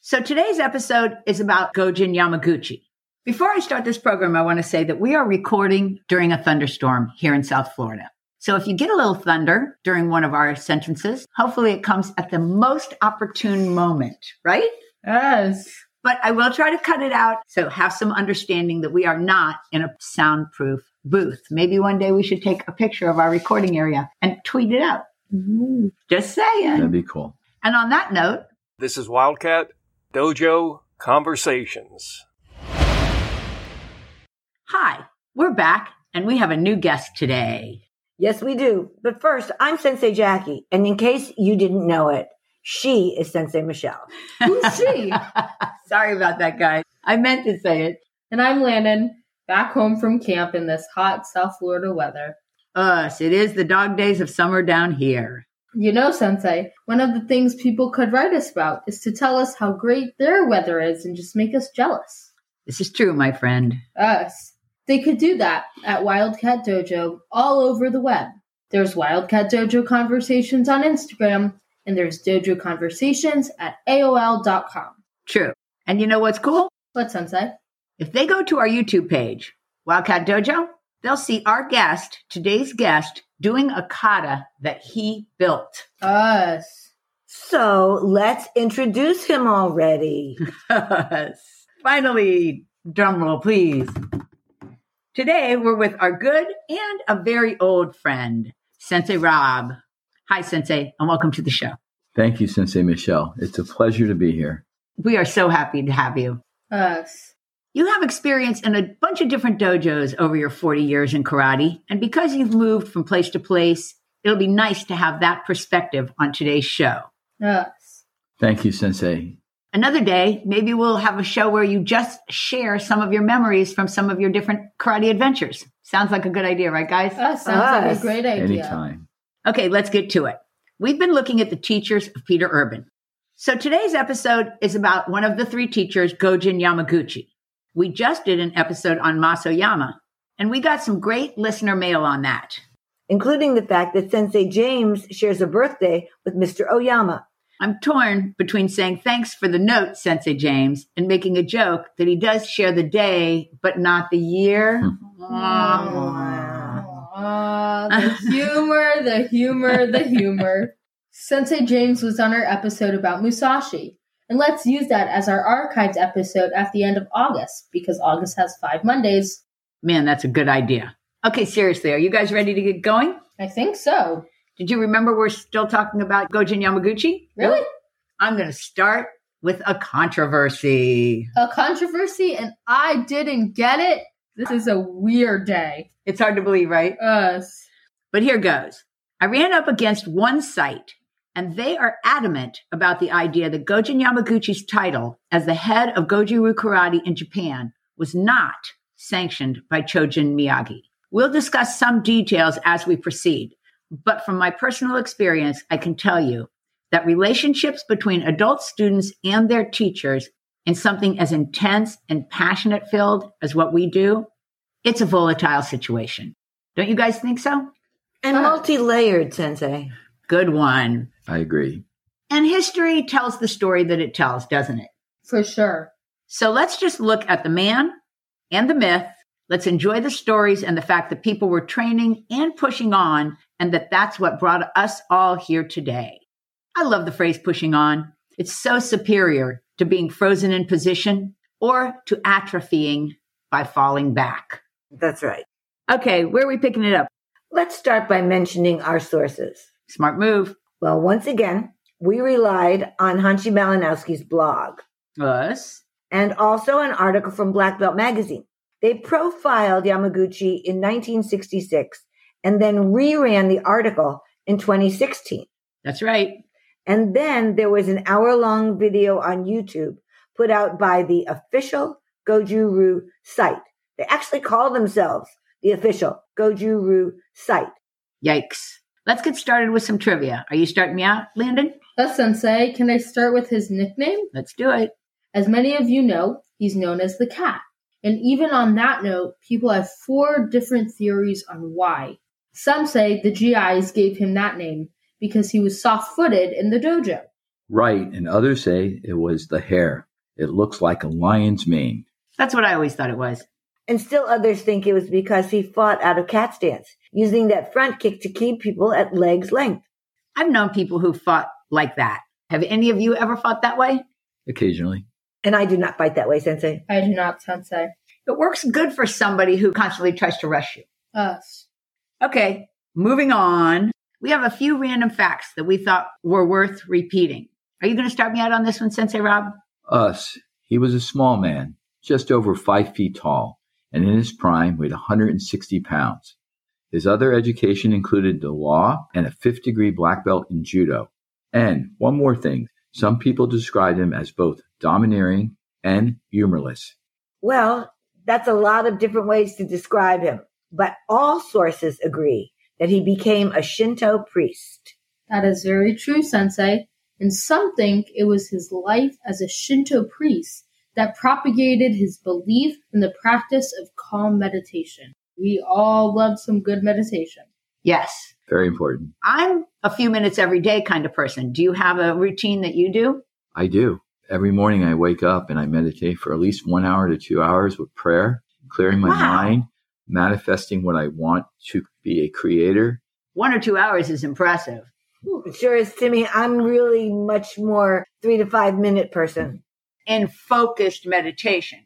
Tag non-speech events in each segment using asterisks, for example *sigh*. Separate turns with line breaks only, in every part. So today's episode is about Gojin Yamaguchi. Before I start this program, I want to say that we are recording during a thunderstorm here in South Florida. So if you get a little thunder during one of our sentences, hopefully it comes at the most opportune moment, right?
Yes.
But I will try to cut it out. So have some understanding that we are not in a soundproof booth. Maybe one day we should take a picture of our recording area and tweet it out. Just saying.
That'd be cool.
And on that note,
This is Wildcat Dojo Conversations.
hi, we're back and we have a new guest today.
Yes, we do. But first, I'm Sensei Jackie. And in case you didn't know it, she is Sensei Michelle.
Who's she?
Sorry about that, guys. I meant to say it.
and I'm Landon, back home from camp in this hot South Florida weather.
Us, it is the dog days of summer down here.
You know, Sensei, one of the things people could write us about is to tell us how great their weather is and just make us jealous.
This is true, my friend.
Us. They could do that at Wildcat Dojo all over the web. There's Wildcat Dojo Conversations on Instagram, and there's Dojo Conversations at AOL.com.
True. And you know what's cool?
What, Sensei?
If they go to our YouTube page, Wildcat Dojo, they'll see our guest, today's guest, doing a kata that he built.
Us.
So let's introduce him already.
Us. Finally, drum roll, please. Today, we're with our good and a very old friend, Sensei Rob. Hi, Sensei, and welcome to the show.
Thank you, Sensei Michelle. It's a pleasure to be here.
We are so happy to have you.
Us.
You have experience in a bunch of different dojos over your 40 years in karate, and because you've moved from place to place, it'll be nice to have that perspective on today's show.
Us.
Thank you, Sensei.
Another day, maybe we'll have a show where you just share some of your memories from some of your different karate adventures. Sounds like a good idea, right, guys?
Us sounds like a
Us.
great idea.
Anytime.
Okay, let's get to it. We've been looking at the teachers of Peter Urban. So today's episode is about one of the three teachers, Gojin Yamaguchi. We just did an episode on Masoyama, and we got some great listener mail on that.
Including the fact that Sensei James shares a birthday with Mr. Oyama.
I'm torn between saying thanks for the note, Sensei James, and making a joke that he does share the day, but not the year. Aw.
Aw, the humor, the humor, the humor. Sensei James was on our episode about Musashi. And let's use that as our archives episode at the end of August because August has five Mondays.
Man, that's a good idea. Okay, seriously, are you guys ready to get going?
I think so.
Did you remember we're still talking about Gojin Yamaguchi?
Really?
I'm going to start with a controversy.
A controversy, and I didn't get it. This is a weird day.
It's hard to believe, right?
Us.
But here goes. I ran up against one site, and they are adamant about the idea that Gojin Yamaguchi's title as the head of Goju-Ryu Karate in Japan was not sanctioned by Chojin Miyagi. We'll discuss some details as we proceed, but from my personal experience, I can tell you that relationships between adult students and their teachers in something as intense and passionate filled as what we do, it's a volatile situation. Don't you guys think so?
And
Huh.
multi layered, Sensei.
Good one.
I agree.
And history tells the story that it tells, doesn't it?
For sure.
So let's just look at the man and the myth. Let's enjoy the stories and the fact that people were training and pushing on, and that that's what brought us all here today. I love the phrase pushing on. It's so superior to being frozen in position or to atrophying by falling back.
That's right.
Okay, where are we picking it up?
Let's start by mentioning our sources.
Smart move.
Well, once again, we relied on Hanshi Malinowski's blog.
Us.
and also an article from Black Belt Magazine. They profiled Yamaguchi in 1966 and then reran the article in 2016.
That's right.
And then there was an hour long video on YouTube put out by the official Gojuru site. They actually call themselves the official Gojuru site.
Yikes. Let's get started with some trivia. Are you starting me out, Landon?
Us, Sensei, can I start with his nickname?
Let's do it.
As many of you know, he's known as the cat. And even on that note, people have four different theories on why. Some say the GIs gave him that name because he was soft footed in the dojo,
right, and others say it was the hair. It looks like a lion's mane.
That's what I always thought it was.
And still others think it was because he fought out of cat stance, using that front kick to keep people at leg's length.
I've known people who fought like that. Have any of you ever fought that way?
Occasionally.
And I do not fight that way, Sensei.
I do not, Sensei.
It works good for somebody who constantly tries to rush you.
Us.
Okay, moving on. We have a few random facts that we thought were worth repeating. Are you going to start me out on this one, Sensei Rob?
Us, he was a small man, just over five feet tall, and in his prime weighed 160 pounds. His other education included the law and a fifth degree black belt in judo. And one more thing, some people described him as both domineering and humorless.
Well, that's a lot of different ways to describe him, but all sources agree that he became a Shinto priest.
That is very true, Sensei. And some think it was his life as a Shinto priest that propagated his belief in the practice of calm meditation. We all love some good meditation.
Yes.
Very important.
I'm a few minutes every day kind of person. Do you have a routine that you do?
I do. Every morning I wake up and I meditate for at least one hour to two hours with prayer, clearing my
Wow.
mind, manifesting what I want to be a creator.
One or two hours is impressive.
Sure is to me, I'm really much more three to five minute person.
In focused meditation.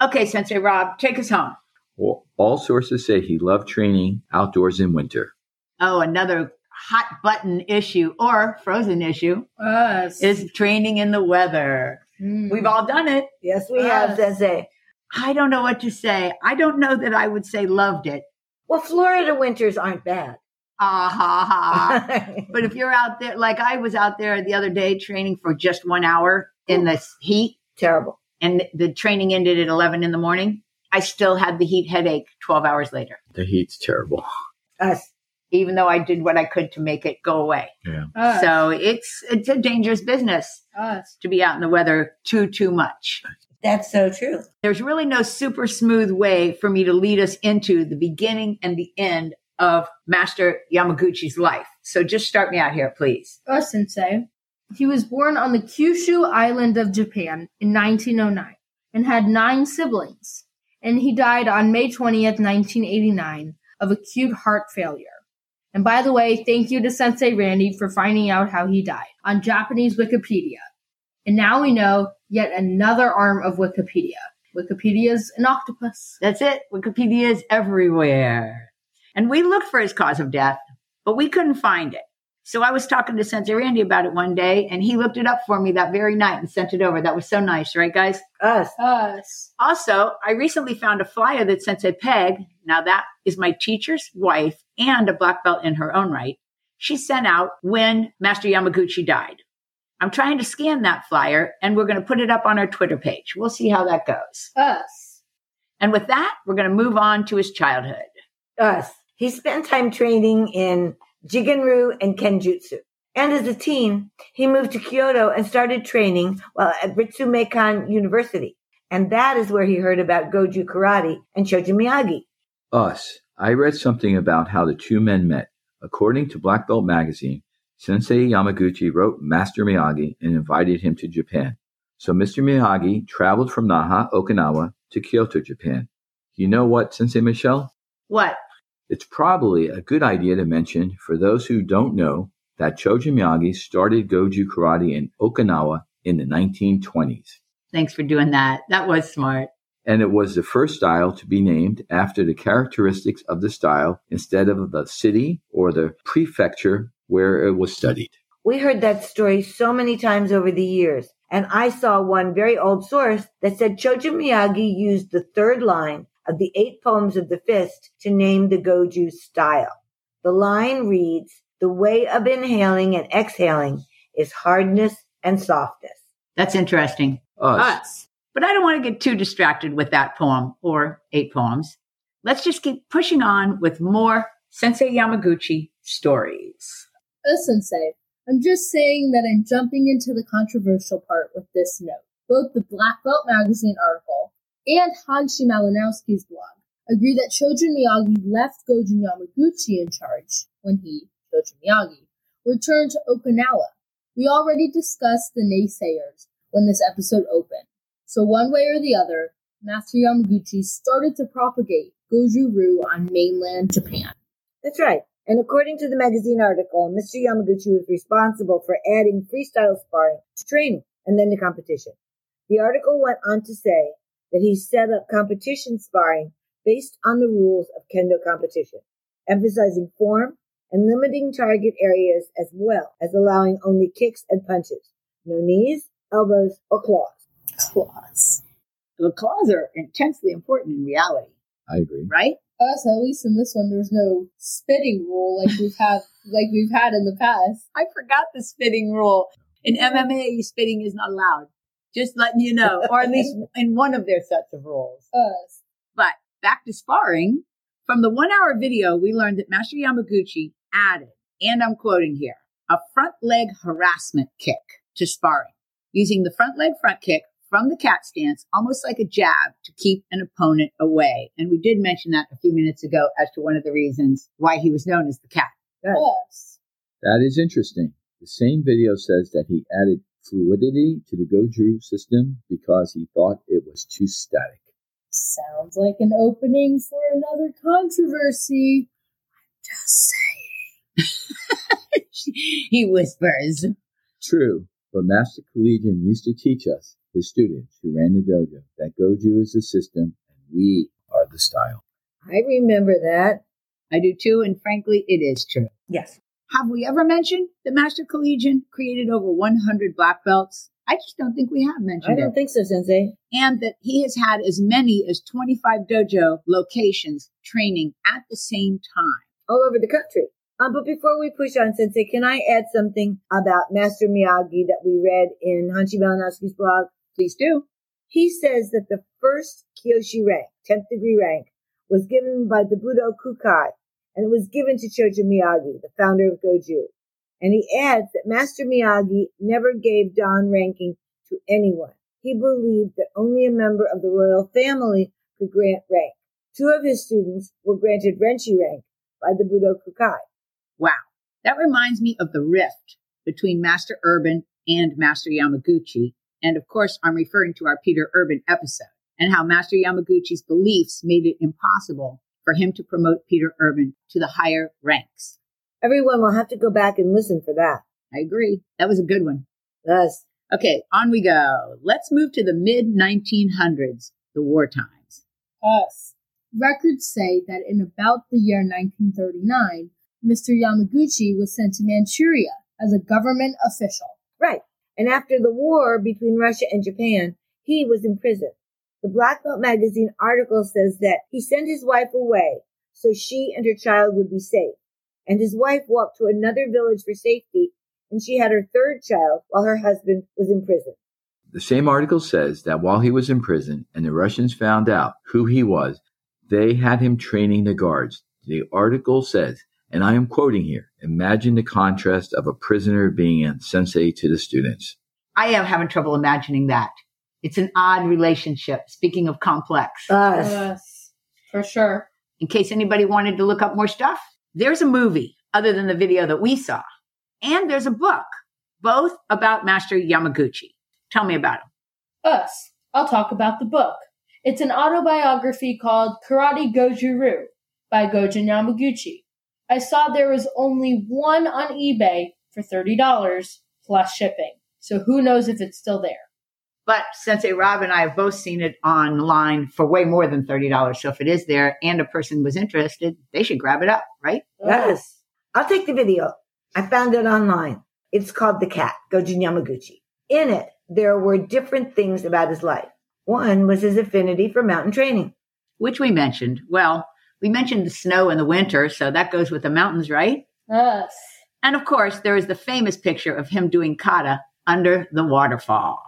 Okay, Sensei Rob, take us home.
Well, all sources say he loved training outdoors in winter.
Oh, another hot button issue or frozen issue
Us.
is training in the weather.
Mm.
We've all done it.
Yes, we have,
Yes.
Sensei.
I don't know what to say. I don't know that I would say loved it.
Well, Florida winters aren't bad.
Ah ha
*laughs*
ha.
Ah.
But if you're out there, like I was out there the other day training for just one hour in the heat,
Terrible.
and the training ended at 11 in the morning, I still had the heat headache 12 hours later,
The heat's terrible.
Us.
even though I did what I could to make it go away.
us.
So it's it's a dangerous business
us.
to be out in the weather too too much.
That's so true.
There's really no super smooth way for me to lead us into the beginning and the end of Master Yamaguchi's life. So just start me out here, please.
Us, Sensei. He was born on the Kyushu island of Japan in 1909 and had nine siblings. And he died on May 20th, 1989, of acute heart failure. And by the way, thank you to Sensei Randy for finding out how he died on Japanese Wikipedia. And now we know yet another arm of Wikipedia. Wikipedia's an octopus.
That's it. Wikipedia is everywhere. And we looked for his cause of death, but we couldn't find it. So I was talking to Sensei Randy about it one day, and he looked it up for me that very night and sent it over. That was so nice, right, guys?
Us.
Us.
Also, I recently found a flyer that Sensei Peg, now that is my teacher's wife and a black belt in her own right, she sent out when Master Yamaguchi died. I'm trying to scan that flyer and we're going to put it up on our Twitter page. We'll see how that goes.
Us.
And with that, we're going to move on to his childhood.
Us. He spent time training in Jigenryu and Kenjutsu. And as a teen, he moved to Kyoto and started training while at Ritsumeikan University. And that is where he heard about Goju Karate and Shoji Miyagi.
Us. I read something about how the two men met. According to Black Belt magazine, Sensei Yamaguchi wrote Master Miyagi and invited him to Japan. So Mr. Miyagi traveled from Naha, Okinawa to Kyoto, Japan. You know what, Sensei Michelle?
What?
It's probably a good idea to mention for those who don't know that Choji Miyagi started Goju Karate in Okinawa in the 1920s,
Thanks for doing that. That was smart.
and it was the first style to be named after the characteristics of the style instead of the city or the prefecture where it was studied.
We heard that story so many times over the years, and I saw one very old source that said Choji Miyagi used the third line of the eight poems of the fist to name the Goju style. The line reads, the way of inhaling and exhaling is hardness and softness.
That's interesting.
Us,
But I don't want to get too distracted with that poem or eight poems. Let's just keep pushing on with more Sensei Yamaguchi stories.
Uh, Sensei, I'm just saying that I'm jumping into the controversial part with this note. Both the Black Belt magazine article and Hanshi Malinowski's blog agree that Chojin Miyagi left Gojin Yamaguchi in charge when he, Chojin Miyagi, returned to Okinawa, We already discussed the naysayers when this episode opened. So one way or the other, Master Yamaguchi started to propagate Goju-Ryu on mainland Japan.
That's right. And according to the magazine article, Mr. Yamaguchi was responsible for adding freestyle sparring to training and then to competition. The article went on to say that he set up competition sparring based on the rules of kendo competition, emphasizing form and limiting target areas as well as allowing only kicks and punches, no knees, elbows, or claws.
Claws.
The claws are intensely important in reality,
I agree.
right?
Us, at least in this one, there's no spitting rule like we've had like we've had in the past.
I forgot the spitting rule. In MMA, spitting is not allowed. Just letting you know, or at *laughs* least in one of their sets of rules.
Us.
But back to sparring. From the one hour video, we learned that Master Yamaguchi added, and I'm quoting here, a front leg harassment kick to sparring, using the front leg front kick from the cat stance, almost like a jab to keep an opponent away. And we did mention that a few minutes ago as to one of the reasons why he was known as the cat. *laughs*
Us.
That is interesting. The same video says that he added fluidity to the Goju system because he thought it was too static.
Sounds like an opening for another controversy. I'm just saying.
he whispers.
True, but Master Collegian used to teach us, his students who ran the dojo, that Goju is the system and we are the style.
I remember that.
I do too, and frankly, it is true.
Yes.
Have we ever mentioned the Master Collegian created over 100 black belts? I just don't think we have
I
mentioned
don't
it.
think so, Sensei.
and that he has had as many as 25 dojo locations training at the same time.
all over the country. Um, but before we push on, Sensei, can I add something about Master Miyagi that we read in Hanshi Malinowski's blog?
Please do.
He says that the first Kyoshi rank, 10th degree rank, was given by the Budo Kukai, and it was given to Chojo Miyagi, the founder of Goju. And he adds that Master Miyagi never gave Don ranking to anyone. He believed that only a member of the royal family could grant rank. Two of his students were granted Renshi rank by the Budo Kukai.
Wow. That reminds me of the rift between Master Urban and Master Yamaguchi. And of course, I'm referring to our Peter Urban episode and how Master Yamaguchi's beliefs made it impossible for him to promote Peter Urban to the higher ranks.
Everyone will have to go back and listen for that.
I agree. That was a good one.
Yes.
Okay, on we go. Let's move to the mid 1900s, the war times.
Us. Records say that in about the year 1939, Mr. Yamaguchi was sent to Manchuria as a government official.
Right. And after the war between Russia and Japan, he was in prison. The Black Belt magazine article says that he sent his wife away so she and her child would be safe. And his wife walked to another village for safety, and she had her third child while her husband was in prison.
The same article says that while he was in prison and the Russians found out who he was, they had him training the guards. The article says, and I am quoting here, imagine the contrast of a prisoner being a sensei to the students.
I am having trouble imagining that. It's an odd relationship, speaking of complex.
Us.
Us. For sure.
in case anybody wanted to look up more stuff, there's a movie other than the video that we saw. And there's a book, both about Master Yamaguchi. Tell me about him.
Us. I'll talk about the book. It's an autobiography called Karate Goju-Ryu by Goju Yamaguchi. I saw there was only one on eBay for $30 plus shipping, so who knows if it's still there.
But Sensei Rob and I have both seen it online for way more than $30. So if it is there and a person was interested, they should grab it up, right?
Yes. I'll take the video. I found it online. It's called The Cat, Gojin Yamaguchi. In it, there were different things about his life. One was his affinity for mountain training.
Which we mentioned. Well, we mentioned the snow in the winter, so that goes with the mountains, right?
Us.
And of course, there is the famous picture of him doing kata under the waterfall.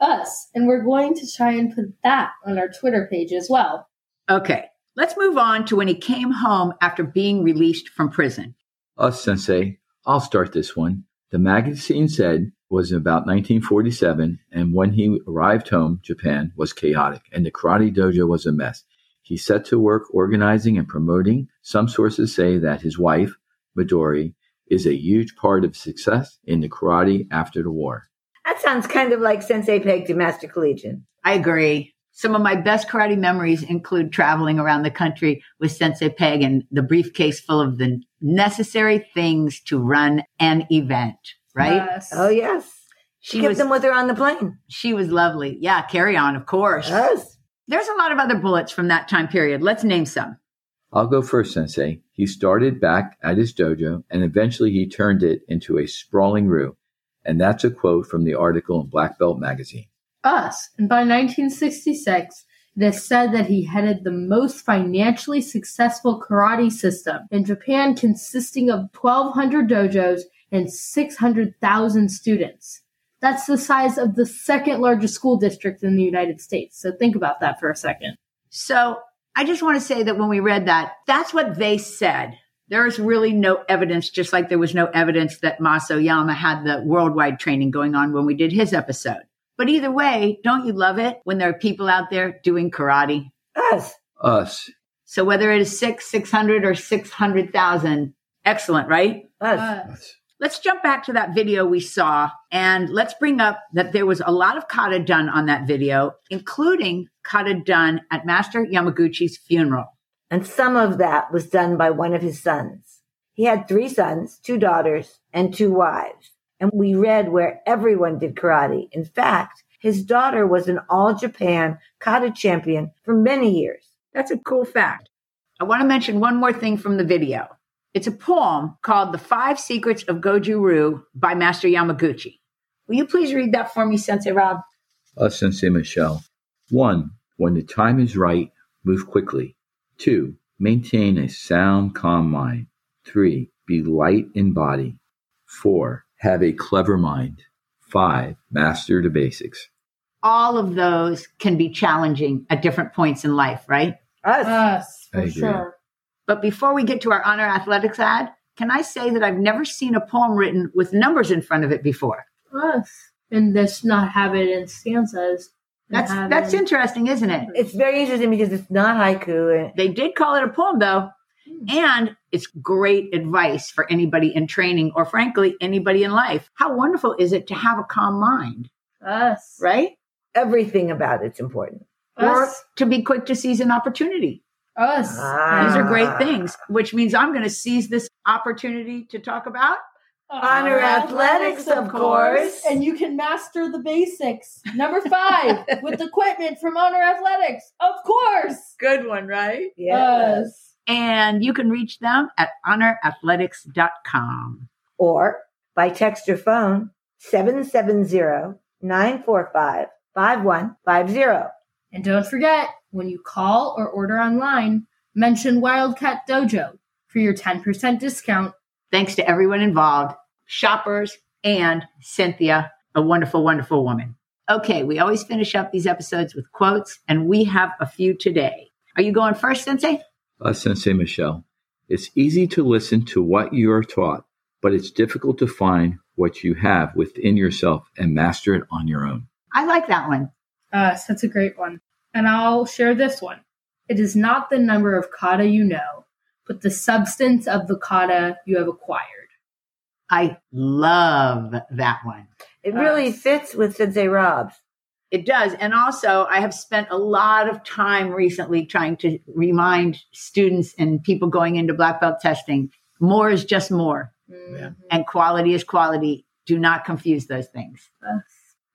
us, and we're going to try and put that on our Twitter page as well.
Okay, let's move on to when he came home after being released from prison.
Us sensei, I'll start this one. The magazine said was about 1947, and when he arrived home, Japan was chaotic, and the karate dojo was a mess. He set to work organizing and promoting. Some sources say that his wife, Midori, is a huge part of success in the karate after the war.
That sounds kind of like Sensei Peg to Master Collegian.
I agree. Some of my best karate memories include traveling around the country with Sensei Peg and the briefcase full of the necessary things to run an event, right?
Yes.
Oh, yes. She,
She
kept
was
them with her on the plane.
she was lovely. Yeah, carry on, of course.
Yes.
There's a lot of other bullets from that time period. Let's name some.
I'll go first, Sensei. He started back at his dojo and eventually he turned it into a sprawling rue. And that's a quote from the article in Black Belt magazine.
us. And by 1966, it is said that he headed the most financially successful karate system in Japan, consisting of 1,200 dojos and 600,000 students. That's the size of the second largest school district in the United States. So think about that for a second.
So I just want to say that when we read that, that's what they said. There is really no evidence, just like there was no evidence that Maso Yama had the worldwide training going on when we did his episode. But either way, don't you love it when there are people out there doing karate?
Us.
Us,
So whether it is six, 600 or 600,000, excellent, right?
Us.
Uh,
Let's jump back to that video we saw and let's bring up that there was a lot of kata done on that video, including kata done at Master Yamaguchi's funeral.
And some of that was done by one of his sons. He had three sons, two daughters, and two wives. And we read where everyone did karate. In fact, his daughter was an all Japan kata champion for many years.
That's a cool fact. I want to mention one more thing from the video. It's a poem called The Five Secrets of Goju Ryu by Master Yamaguchi. Will you please read that for me, Sensei Rob?
us Sensei Michelle. One, when the time is right, move quickly. Two, maintain a sound, calm mind. Three, be light in body. Four, have a clever mind. Five, master the basics.
All of those can be challenging at different points in life, right?
Us.
us,
I
for
agree.
sure.
But before we get to our honor athletics ad, can I say that I've never seen a poem written with numbers in front of it before?
Us. And this not have it in stanzas. and
That's
have
that's
it-
interesting, isn't it?
it's very interesting because it's not haiku. And
They did call it a poem though, and it's great advice for anybody in training or frankly anybody in life. How wonderful is it to have a calm mind,
Us.
right?
everything about it's important.
Or
Us.
to be quick to seize an opportunity.
Us.
Ah.
These are great things, which means I'm going to seize this opportunity to talk about
Honor athletics, of course.
And you can master the basics. Number
*laughs*
five, with equipment from Honor Athletics, of course.
good one, right?
Yes.
And you can reach them at honorathletics.com.
or by text or phone 770-945-5150.
And don't forget, when you call or order online, mention Wildcat Dojo for your 10% discount.
Thanks to everyone involved, shoppers and Cynthia, a wonderful, wonderful woman. Okay, we always finish up these episodes with quotes, and we have a few today. Are you going first, Sensei?
Us Sensei Michelle. It's easy to listen to what you are taught, but it's difficult to find what you have within yourself and master it on your own.
I like that one.
Us, that's a great one. And I'll share this one. It is not the number of kata you know, but the substance of the kata you have acquired.
I love that one.
It really
Nice.
fits with Sensei Rob's.
It does. And also, I have spent a lot of time recently trying to remind students and people going into black belt testing more is just more,
Mhm.
and quality is quality. Do not confuse those things.
Us.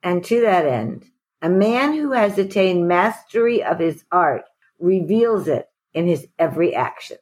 And to that end, a man who has attained mastery of his art reveals it in his every action.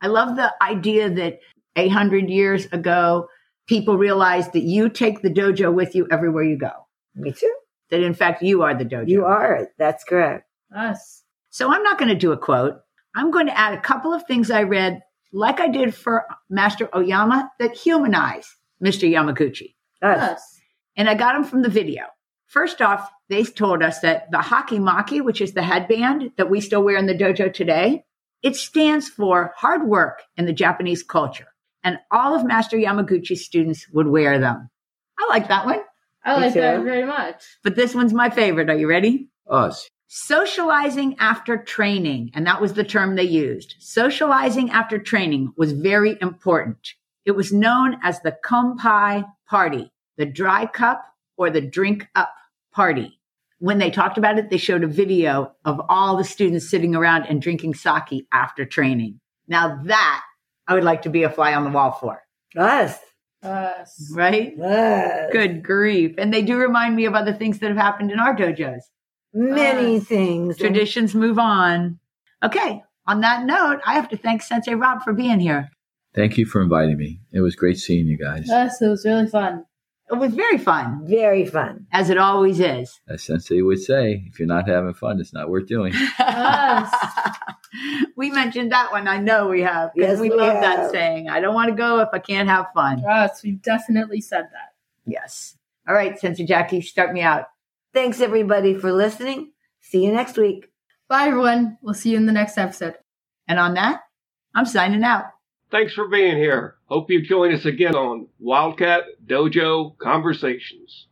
I love the idea that 800 years ago, people realized that you take the dojo with you everywhere you go.
Me too.
That in fact, you are the dojo.
You are it. That's correct.
Us.
So I'm not going to do a quote. I'm going to add a couple of things I read, like I did for Master Oyama, that humanize Mr. Yamaguchi.
Us.
Us.
And I got them from the video. First off, they told us that the hakimaki, which is the headband that we still wear in the dojo today, it stands for hard work in the Japanese culture. And all of Master Yamaguchi's students would wear them. I like that one,
I
Me
like that
too.
very much.
but this one's my favorite. Are you ready?
Us,
Socializing after training, and that was the term they used. Socializing after training was very important. It was known as the kumpai party, the dry cup or the drink up party. When they talked about it, they showed a video of all the students sitting around and drinking sake after training. Now that I would like to be a fly on the wall for,
Us.
Us.
right?
Us.
Good grief. And they do remind me of other things that have happened in our dojos.
Many
Us.
things.
Traditions move on. Okay. On that note, I have to thank Sensei Rob for being here.
Thank you for inviting me. It was great seeing you guys.
Us. It was really fun.
It was very fun,
Very fun.
as it always is.
As Sensei would say, if you're not having fun, it's not worth doing.
Us.
we mentioned that one. I know we have. 'cause
Yes,
we,
we
love that
have.
saying. I don't want to go if I can't have fun.
Us. We've definitely said that.
Yes. All right, Sensei Jackie, start me out.
Thanks everybody for listening. See you next week.
Bye, everyone. We'll see you in the next episode.
And on that, I'm signing out.
Thanks for being here. Hope you join us again on Wildcat Dojo Conversations.